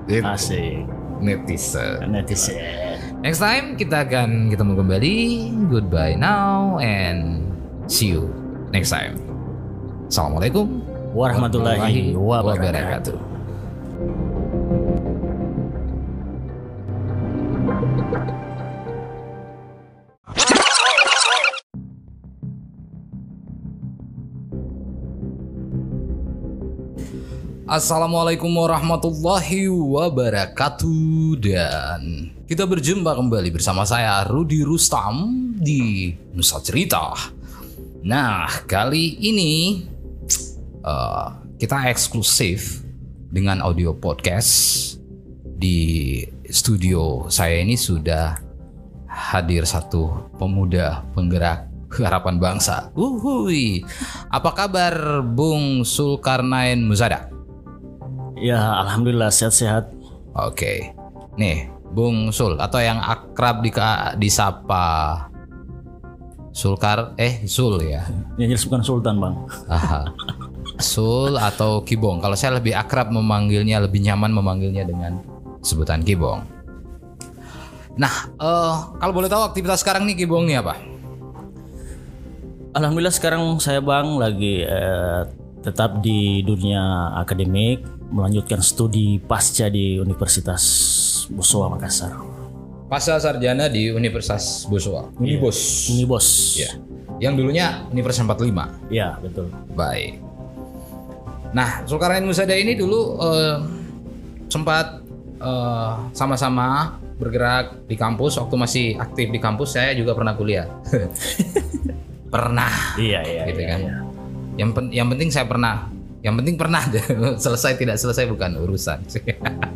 S2: asik
S1: Netizen.
S2: netizen.
S1: Next time kita akan ketemu kembali. Goodbye now and see you next time. Assalamualaikum
S2: Warahmatullahi wabarakatuh.
S1: wabarakatuh. Assalamualaikum warahmatullahi wabarakatuh dan kita berjumpa kembali bersama saya Rudi Rustam di Nusa Cerita. Nah kali ini eh, kita eksklusif dengan audio podcast di studio saya ini sudah hadir satu pemuda penggerak harapan bangsa. Uhuy. Apa kabar Bung Sulkarnain Muzada?
S2: Ya, alhamdulillah sehat-sehat.
S1: Oke. Nih, Bung Sul atau yang akrab di disapa Sulkar eh Sul ya.
S2: Ya jelas bukan sultan, Bang.
S1: Aha. Sul atau Kibong. Kalau saya lebih akrab memanggilnya, lebih nyaman memanggilnya dengan sebutan Kibong. Nah, eh, kalau boleh tahu aktivitas sekarang nih Kibong nih apa?
S2: Alhamdulillah sekarang saya Bang lagi eh, tetap di dunia akademik, melanjutkan studi pasca di Universitas Bosowa Makassar.
S1: Pasca sarjana di Universitas Boswa. Unibos.
S2: Ini bos.
S1: Ya. Yang dulunya Universitas 45.
S2: Ya, betul.
S1: Baik. Nah, Zulkarnain Musada ini dulu eh, sempat eh, sama-sama bergerak di kampus waktu masih aktif di kampus saya juga pernah kuliah. pernah
S2: Iya, iya.
S1: gitu
S2: iya,
S1: kan.
S2: iya.
S1: Yang pen- yang penting saya pernah. Yang penting pernah selesai tidak selesai bukan urusan.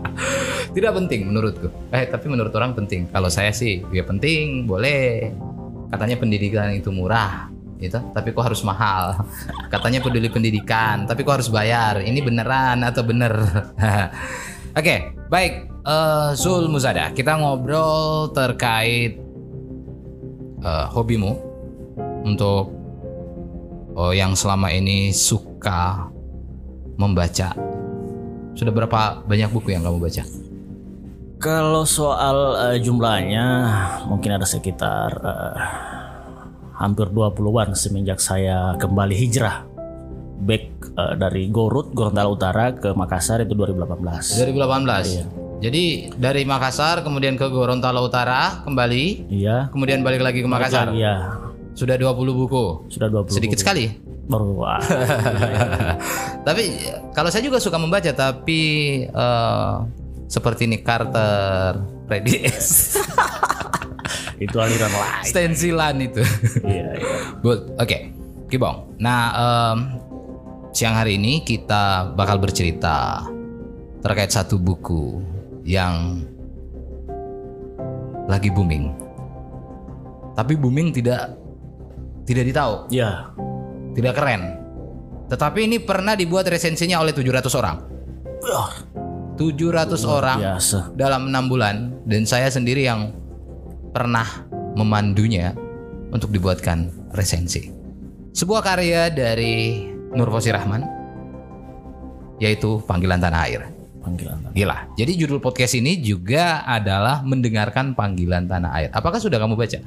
S1: tidak penting menurutku. Eh, tapi menurut orang penting. Kalau saya sih ya penting, boleh. Katanya pendidikan itu murah gitu, tapi kok harus mahal. Katanya peduli pendidikan, tapi kok harus bayar. Ini beneran atau bener? Oke, baik. Eh, Zul Muzada, kita ngobrol terkait eh, hobimu untuk oh, yang selama ini suka membaca. Sudah berapa banyak buku yang kamu baca?
S2: Kalau soal eh, jumlahnya mungkin ada sekitar eh, hampir 20-an semenjak saya kembali hijrah back eh, dari Gorut Gorontalo Utara ke Makassar itu 2018.
S1: 2018.
S2: Iya.
S1: Jadi dari Makassar kemudian ke Gorontalo Utara kembali,
S2: Iya.
S1: kemudian balik lagi ke Makassar.
S2: Iya,
S1: Sudah 20 buku.
S2: sudah 20.
S1: Sedikit sekali.
S2: Baru wah.
S1: tapi kalau saya juga suka membaca tapi eh, seperti Nick Carter, Freddy S.
S2: itu aliran lain.
S1: Stensilan itu.
S2: Iya, iya.
S1: Good. Oke. Kibong. Nah, em, siang hari ini kita bakal bercerita terkait satu buku yang lagi booming. Tapi booming tidak tidak ditahu,
S2: Iya.
S1: tidak keren. Tetapi ini pernah dibuat resensinya oleh 700 orang.
S2: Wah,
S1: 700 orang
S2: Biasa.
S1: dalam enam bulan dan saya sendiri yang pernah memandunya untuk dibuatkan resensi. Sebuah karya dari Nurfosi Rahman yaitu Panggilan Tanah Air.
S2: Panggilan.
S1: Gila. Jadi judul podcast ini juga adalah mendengarkan panggilan tanah air. Apakah sudah kamu baca?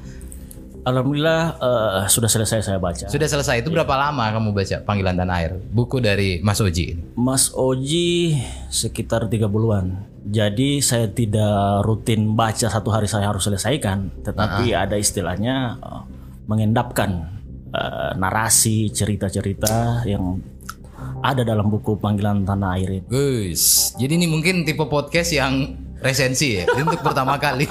S2: Alhamdulillah eh, sudah selesai saya baca.
S1: Sudah selesai. Itu berapa lama kamu baca panggilan tanah air? Buku dari Mas Oji. ini.
S2: Mas Oji sekitar 30-an. Jadi saya tidak rutin baca satu hari saya harus selesaikan, tetapi ada istilahnya eh, mengendapkan eh, narasi cerita-cerita yang ada dalam buku panggilan tanah air ini.
S1: Guys, jadi ini mungkin tipe podcast yang resensi ya Ini untuk pertama kali.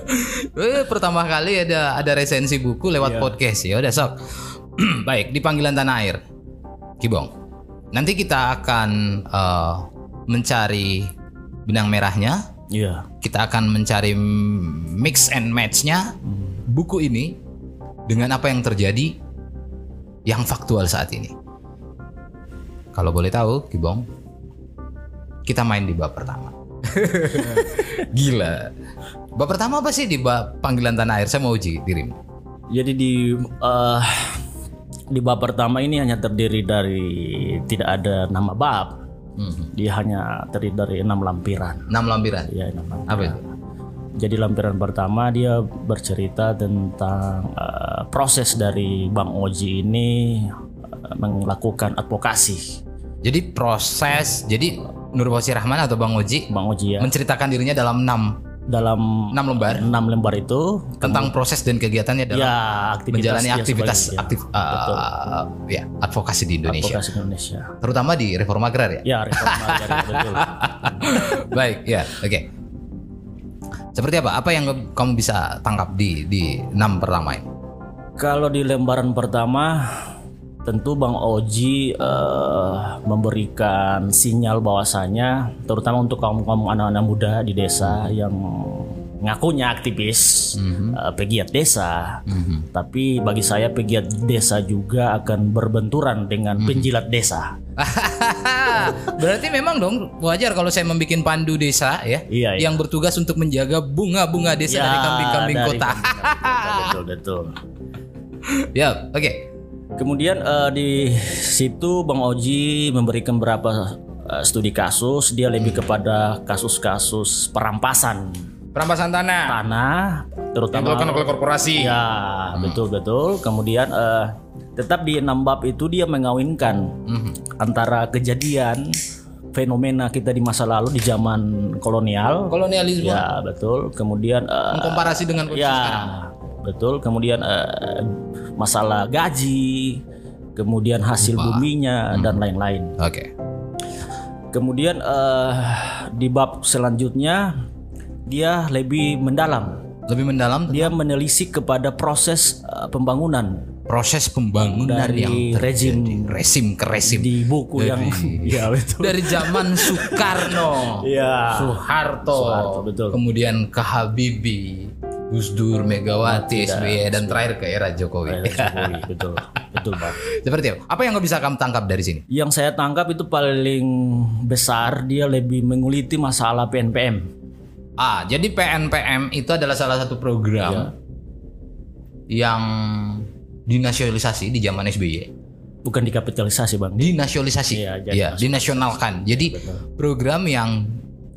S1: Eh, pertama kali ada ada resensi buku lewat podcast ya. Udah sok. Baik, di panggilan tanah air. Kibong. Nanti kita akan eh, mencari benang merahnya.
S2: Iya.
S1: Kita akan mencari mix and match-nya buku ini dengan apa yang terjadi yang faktual saat ini. Kalau boleh tahu, Kibong, kita main di bab pertama. Gila. Bab pertama apa sih di bab panggilan tanah air? Saya mau uji dirimu.
S2: Jadi di eh, di bab pertama ini hanya terdiri dari tidak ada nama bab.
S1: Mhm.
S2: Dia hanya terdiri dari enam lampiran.
S1: Enam lampiran.
S2: Ya, enam lampiran.
S1: Apa itu?
S2: Jadi lampiran pertama dia bercerita tentang eh, proses dari Bang Oji ini eh, melakukan advokasi.
S1: Jadi proses. Jadi Nurwasi Rahman atau Bang Oji
S2: Bang Oji ya.
S1: menceritakan dirinya dalam enam
S2: dalam
S1: Enam lembar
S2: enam lembar itu
S1: tentang proses dan kegiatannya dalam
S2: ya aktivitas
S1: menjalani
S2: dia
S1: aktivitas
S2: sebagai-
S1: aktif
S2: Betul.
S1: eh, ya advokasi di Indonesia,
S2: Advokasi Indonesia.
S1: terutama di reform agrar ya.
S2: Ya, reforma agraria, betul.
S1: Baik, ya, oke. Seperti apa? Apa yang kamu bisa tangkap di di enam pertama ini?
S2: Kalau di lembaran pertama tentu Bang Oji eh, memberikan sinyal bahwasanya terutama untuk kaum-kaum anak-anak muda di desa yang ngakunya aktivis,
S1: Hmm.
S2: eh, pegiat desa. Tapi bagi saya pegiat desa juga akan berbenturan dengan
S1: Hmm.
S2: penjilat desa.
S1: Berarti memang dong wajar kalau saya membuat pandu desa ya,
S2: Iya, iya.
S1: yang bertugas untuk menjaga bunga-bunga desa
S2: Ya,
S1: dari kambing-kambing
S2: dari
S1: kota.
S2: kambing-kambing kota, betul betul.
S1: ya, oke.
S2: Kemudian eh, di situ Bang Oji memberikan beberapa eh, studi kasus, dia lebih
S1: Hmm.
S2: kepada kasus-kasus perampasan
S1: Perampasan tanah
S2: tanah,
S1: yang dilakukan
S2: terutama
S1: oleh Hmm. korporasi.
S2: ya betul betul. Kemudian eh, tetap di enam bab itu dia mengawinkan
S1: Mhm.
S2: antara kejadian fenomena kita di masa lalu di zaman kolonial,
S1: Kolonialisme
S2: ya betul. Kemudian eh,
S1: mengkomparasi dengan kondisi
S2: Ya,
S1: Kan sekarang.
S2: betul. Kemudian eh, masalah gaji, kemudian hasil buminya
S1: Hmm.
S2: dan lain-lain.
S1: Oke.
S2: Kemudian eh, di bab selanjutnya dia lebih mendalam.
S1: Lebih mendalam
S2: Dia menelisik kepada proses eh, pembangunan
S1: proses pembangunan
S2: Dari
S1: yang terjadi.
S2: rezim-
S1: resim ke resim
S2: di buku
S1: Dari-
S2: yang ya betul.
S1: dari zaman Soekarno,
S2: Ya.
S1: Soeharto,
S2: Soeharto, betul.
S1: kemudian ke Habibie, Gus Dur, Megawati, SBY, dan terakhir ke era Jokowi.
S2: Jokowi, betul. Betul, Bang.
S1: Seperti apa? Apa yang nggak bisa kamu tangkap dari sini?
S2: Yang saya tangkap itu paling besar dia lebih menguliti masalah PNPM.
S1: Ah, jadi PNPM itu adalah salah satu
S2: Iya.
S1: program yang dinasionalisasi di zaman SBY.
S2: Bukan dikapitalisasi, Bang.
S1: Dinasionalisasi,
S2: Iya, jadi Iya,
S1: ya, dinasionalkan. Jadi program yang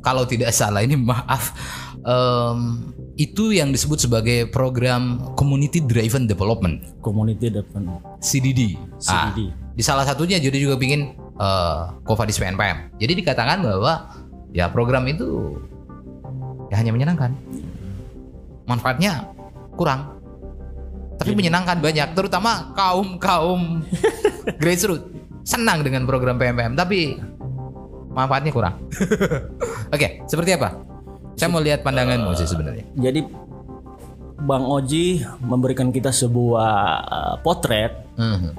S1: kalau tidak salah ini maaf em, itu yang disebut sebagai program Community Driven Development
S2: Community development
S1: CDD. Ah,
S2: CDD.
S1: di salah satunya jadi juga pingin eh Kofadis PNPM. Jadi dikatakan bahwa ya program itu ya hanya menyenangkan. Manfaatnya kurang. Tapi menyenangkan banyak, terutama kaum-kaum grassroots senang dengan program PNPM tapi manfaatnya kurang. Oke, seperti apa? Saya mau lihat pandanganmu sih sebenarnya.
S2: Jadi Bang Oji memberikan kita sebuah uh, potret
S1: Mhm,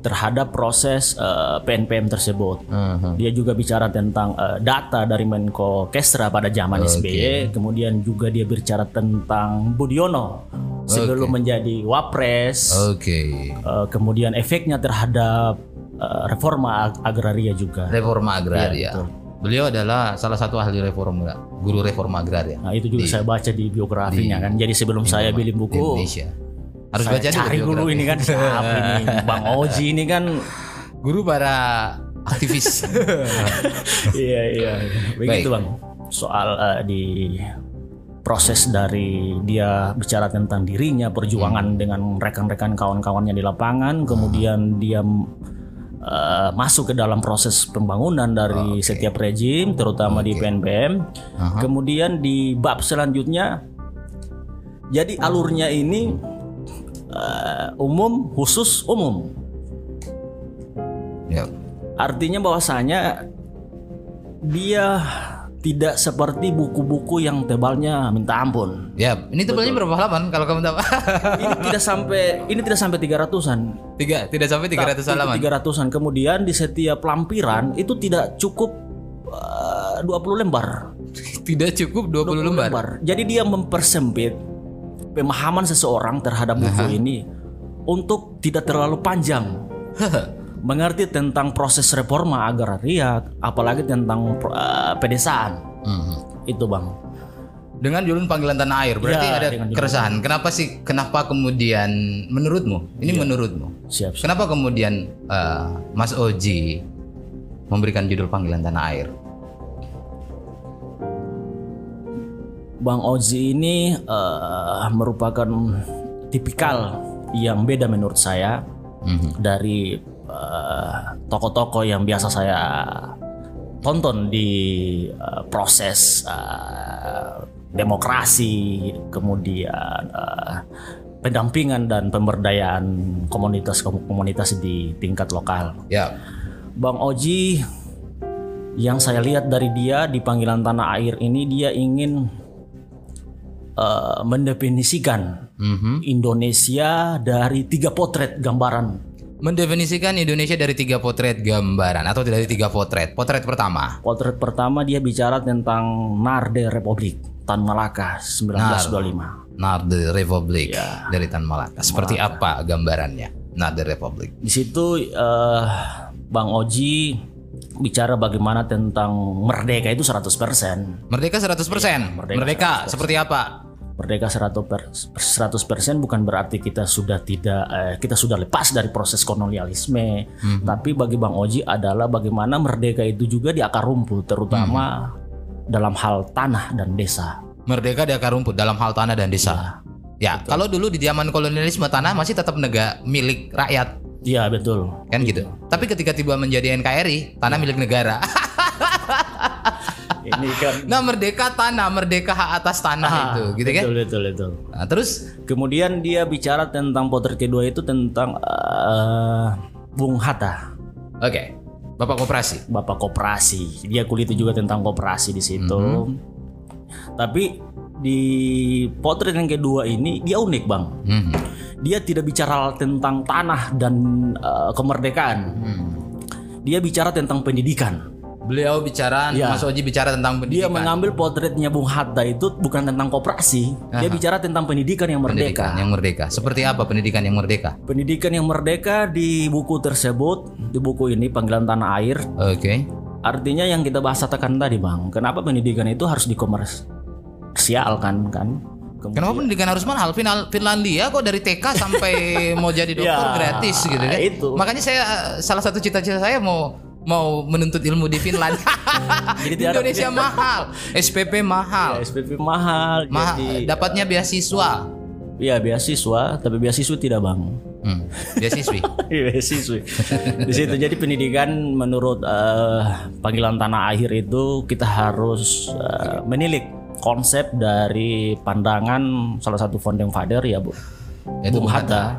S2: terhadap proses uh, PNPM tersebut.
S1: mhm.
S2: Dia juga bicara tentang uh, data dari Menko Kestra pada zaman SBY, kemudian juga dia bicara tentang Budiono sebelum menjadi Wapres,
S1: Oke.
S2: uh, kemudian efeknya terhadap uh, reforma ag- agraria juga.
S1: Reforma
S2: Iya,
S1: agraria.
S2: betul.
S1: Beliau adalah salah satu ahli reforma, guru reforma agraria
S2: Nah, itu juga saya baca di biografinya kan. Jadi sebelum saya
S1: di
S2: beli buku,
S1: Indonesia. Harus
S2: Saya
S1: baca
S2: cari dulu
S1: biografi.
S2: ini kan siapa ini Bang Oji ini kan
S1: Guru para aktivis.
S2: iya iya begitu Bang soal eh, di proses dari dia bicara tentang dirinya perjuangan
S1: Hmm.
S2: dengan rekan-rekan kawan-kawannya di lapangan kemudian dia eh, masuk ke dalam proses pembangunan
S1: Oh,
S2: dari setiap rejim terutama di PNPM
S1: Aha.
S2: kemudian di bab selanjutnya jadi alurnya ini eh, umum khusus umum
S1: ya.
S2: Artinya bahwasanya dia tidak seperti buku-buku yang tebalnya minta ampun.
S1: ya, ini tebalnya berapa halaman kalau kamu tahu?
S2: Ini tidak sampai ini tidak sampai 300-an.
S1: Tiga, tidak sampai 300 halaman.
S2: 300-an. Kemudian di setiap lampiran itu tidak cukup eh, 20 lembar.
S1: Tidak cukup 20, lembar.
S2: Jadi dia mempersempit pemahaman seseorang terhadap buku ini untuk tidak terlalu panjang. Mengerti tentang proses reforma agraria, apalagi tentang eh, pedesaan.
S1: Mhm.
S2: itu bang
S1: Dengan judul panggilan tanah air, berarti
S2: Ya,
S1: ada
S2: dengan judul.
S1: keresahan. Kenapa sih? Kenapa kemudian menurutmu?
S2: Iya.
S1: Ini menurutmu.
S2: siap siap.
S1: Kenapa kemudian eh, Mas Oji memberikan judul panggilan tanah air?
S2: bang Ozi ini eh, merupakan tipikal yang beda menurut saya
S1: Mhm.
S2: dari eh, tokoh-tokoh yang biasa saya tonton di eh, proses eh, demokrasi, kemudian eh, pendampingan dan pemberdayaan komunitas-komunitas di tingkat lokal.
S1: Ya,
S2: Bang Oji yang saya lihat dari dia di panggilan tanah air ini dia ingin eh, mendefinisikan
S1: mhm.
S2: Indonesia dari tiga potret gambaran.
S1: mendefinisikan Indonesia dari tiga potret gambaran atau dari tiga potret. Potret pertama,
S2: Potret pertama dia bicara tentang Narde Republik Tan Malaka 1925.
S1: Nade Republik dari Tan Malaka. Seperti apa gambarannya? Nade Republik.
S2: Di situ eh, Bang Oji bicara bagaimana tentang merdeka itu 100%.
S1: Merdeka 100%. merdeka,
S2: merdeka
S1: seperti apa?
S2: Merdeka 100%, per- 100% bukan berarti kita sudah tidak eh, kita sudah lepas dari proses kolonialisme, tapi bagi Bang Oji adalah bagaimana merdeka itu juga di akar
S1: Hmm.
S2: rumput terutama dalam hal tanah dan desa.
S1: Merdeka di akar rumput dalam hal tanah dan desa. Ya, kalau dulu di zaman kolonialisme tanah masih tetap negara milik rakyat
S2: Iya, betul.
S1: kan gitu. Tapi ketika tiba menjadi NKRI, tanah milik negara.
S2: Ini kan
S1: Nah, merdeka tanah, merdeka hak atas tanah itu, gitu kan?
S2: Ah, Betul, betul, betul.
S1: Nah, terus
S2: Kemudian dia bicara tentang potret kedua itu tentang eh, Bung Hatta.
S1: oke, Bapak koperasi.
S2: bapak koperasi. Dia kuliti
S1: Hmm.
S2: juga tentang koperasi di situ. Tapi di potret yang kedua ini dia unik bang.
S1: Mhm.
S2: Dia tidak bicara tentang tanah dan eh, kemerdekaan. Dia bicara tentang pendidikan.
S1: Beliau bicara,
S2: Iya.
S1: Mas Oji bicara tentang pendidikan.
S2: Dia mengambil potretnya Bung Hatta itu bukan tentang koperasi. Dia bicara tentang pendidikan yang
S1: pendidikan
S2: merdeka.
S1: yang merdeka. Seperti apa pendidikan yang merdeka?
S2: Pendidikan yang merdeka di buku tersebut, di buku ini panggilan tanah air,
S1: Oke.
S2: Artinya yang kita bahas katakan tadi bang, kenapa pendidikan itu harus dikomersialkan kan? Kemudian-
S1: Kenapa pendidikan harus mahal? Final Finlandia kok dari TK sampai mau jadi dokter
S2: Ya,
S1: gratis gitu kan.
S2: itu.
S1: Makanya saya salah satu cita-cita saya mau mau menuntut ilmu di Finland. di
S2: tidak ada-
S1: Indonesia mahal, SPP mahal.
S2: SPP mahal,
S1: mahal.
S2: jadi eh,
S1: Dapatnya beasiswa.
S2: ya beasiswa, tapi beasiswa tidak bang. Iya,
S1: Hmm, beasiswi.
S2: beasiswa. Di situ jadi pendidikan menurut eh, panggilan tanah akhir itu kita harus eh, menilik konsep dari pandangan salah satu founding father ya bu,
S1: Itu Bung
S2: Bung Hatta.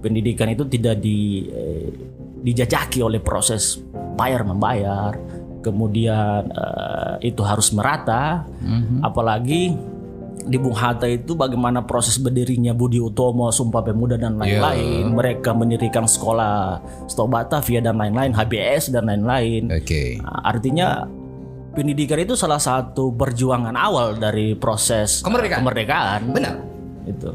S2: Pendidikan itu tidak di eh, dijajaki oleh proses bayar membayar, kemudian eh, itu harus merata,
S1: Hmm.
S2: apalagi di Bung Hatta itu bagaimana proses berdirinya Budi Utomo, Sumpah Pemuda dan lain-lain. Mereka mendirikan sekolah Stobatavia dan lain-lain, HBS dan lain-lain.
S1: Oke.
S2: Nah, Artinya pendidikan itu salah satu perjuangan awal dari proses eh,
S1: Kemerdekaan.
S2: kemerdekaan.
S1: Benar.
S2: Itu.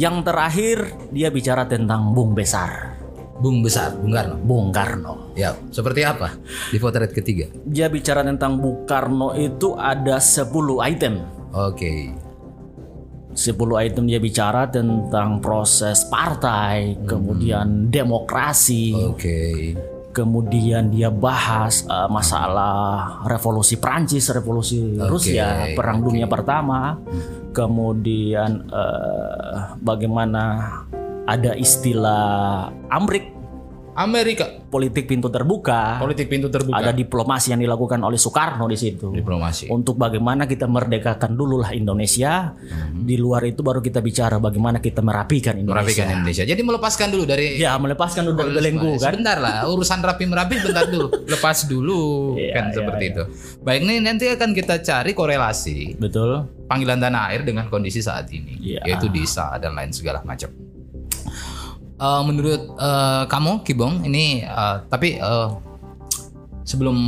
S2: Yang terakhir dia bicara tentang Bung Besar,
S1: Bung besar, Bung Karno.
S2: Bung Karno.
S1: Ya, seperti apa di potret ketiga?
S2: Dia bicara tentang Bung Karno itu ada 10 item.
S1: Oke.
S2: 10 item dia bicara tentang proses partai, kemudian demokrasi,
S1: Iya. Oke.
S2: kemudian dia bahas eh, masalah revolusi Prancis, revolusi Rusia, perang dunia pertama, kemudian eh, bagaimana ada istilah amrik
S1: Amerika
S2: politik pintu terbuka,
S1: politik pintu terbuka.
S2: ada diplomasi yang dilakukan oleh Soekarno di situ.
S1: diplomasi.
S2: Untuk bagaimana kita merdekakan dululah Indonesia,
S1: Mhm.
S2: di luar itu baru kita bicara bagaimana kita merapikan Indonesia.
S1: Merapikan Indonesia. Jadi melepaskan dulu dari
S2: Ya, melepaskan dulu dari Iya. belenggu kan.
S1: Sebentar lah, urusan rapi merapi bentar dulu, lepas dulu
S2: Iya,
S1: kan
S2: iya,
S1: seperti itu. Baik nih nanti akan kita cari korelasi
S2: Betul.
S1: panggilan tanah air dengan kondisi saat ini,
S2: Iya.
S1: yaitu desa dan lain segala macam. Eh, menurut eh, kamu Kibong ini eh, tapi eh, sebelum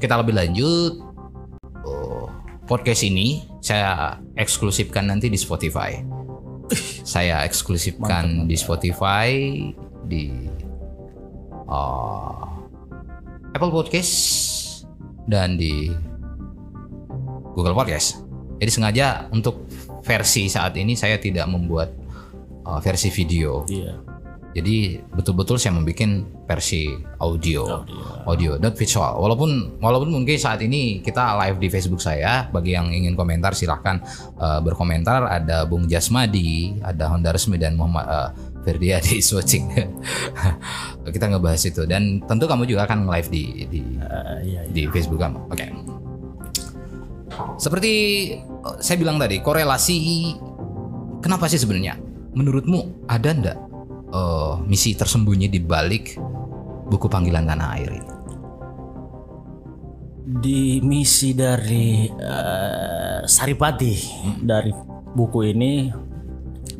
S1: kita lebih lanjut oh, podcast ini saya eksklusifkan nanti di Spotify. saya eksklusifkan di Spotify di eh, Apple Podcast dan di Google Podcast. Jadi sengaja untuk versi saat ini saya tidak membuat uh, versi video.
S2: Iya.
S1: Jadi betul-betul saya membuat versi audio,
S2: Iya.
S1: audio dan visual. Walaupun walaupun mungkin saat ini kita live di Facebook saya. Bagi yang ingin komentar silahkan uh, berkomentar. Ada Bung Jasmadi, ada Honda Resmi dan Muhammad uh, Ferdi Adi Swocik. kita ngebahas itu dan tentu kamu juga akan live di di
S2: Eh, iya, iya.
S1: di Facebook kamu. Oke. Eh Seperti eh, saya bilang tadi, korelasi kenapa sih sebenarnya? Menurutmu ada ndak eh, misi tersembunyi di balik buku panggilan tanah air ini?
S2: di misi dari eh, Saripati
S1: Mhm.
S2: dari buku ini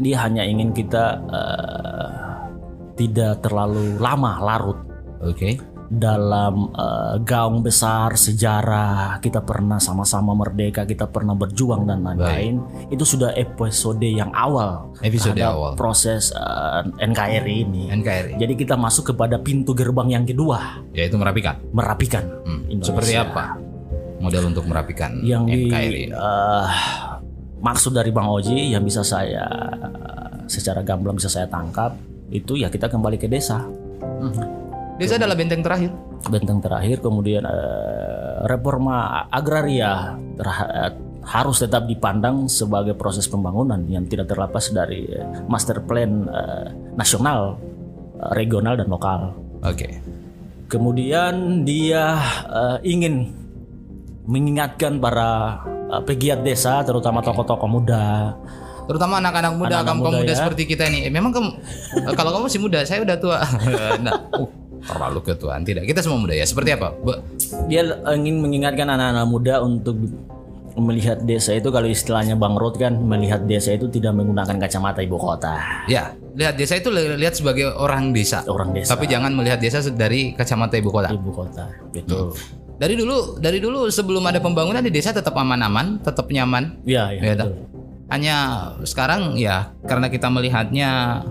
S2: dia hanya ingin kita eh, tidak terlalu lama larut
S1: Oke.
S2: dalam eh, gaung besar sejarah kita pernah sama-sama merdeka kita pernah berjuang dan lain-lain itu sudah episode yang awal
S1: Episode
S2: terhadap
S1: awal.
S2: proses eh, NKRI ini
S1: NKRI
S2: jadi kita masuk kepada pintu gerbang yang kedua
S1: yaitu merapikan.
S2: merapikan
S1: Hmm,
S2: Indonesia.
S1: Seperti apa model untuk merapikan
S2: yang di
S1: NKRI? ini?
S2: eh, maksud dari Bang Oji yang bisa saya secara gamblang bisa saya tangkap itu ya kita kembali ke desa
S1: Desa adalah benteng terakhir.
S2: benteng terakhir kemudian eh, reforma agraria terha- eh, harus tetap dipandang sebagai proses pembangunan yang tidak terlepas dari eh, master plan eh, nasional, eh, regional dan lokal.
S1: Oke.
S2: Kemudian dia eh, ingin mengingatkan para eh, pegiat desa terutama tokoh-tokoh muda
S1: Terutama anak-anak muda,
S2: Anak-anak
S1: kaum kaum
S2: muda
S1: muda
S2: ya.
S1: seperti kita ini. Eh, Memang kamu, eh, kalau kamu masih muda, saya udah tua. nah, uh, terlalu ketuaan tidak. Kita semua muda ya. Seperti apa? Be-
S2: dia eh, ingin mengingatkan anak-anak muda untuk melihat desa itu kalau istilahnya Bang Rod kan melihat desa itu tidak menggunakan kacamata ibu kota
S1: Ya, lihat desa itu li- lihat sebagai orang desa.
S2: orang desa
S1: Tapi jangan melihat desa dari kacamata ibu kota.
S2: ibu kota gitu. betul
S1: Dari dulu, dari dulu sebelum ada pembangunan di desa tetap aman-aman, tetap nyaman.
S2: ya ya,
S1: Ya,
S2: betul.
S1: Hanya sekarang ya karena kita melihatnya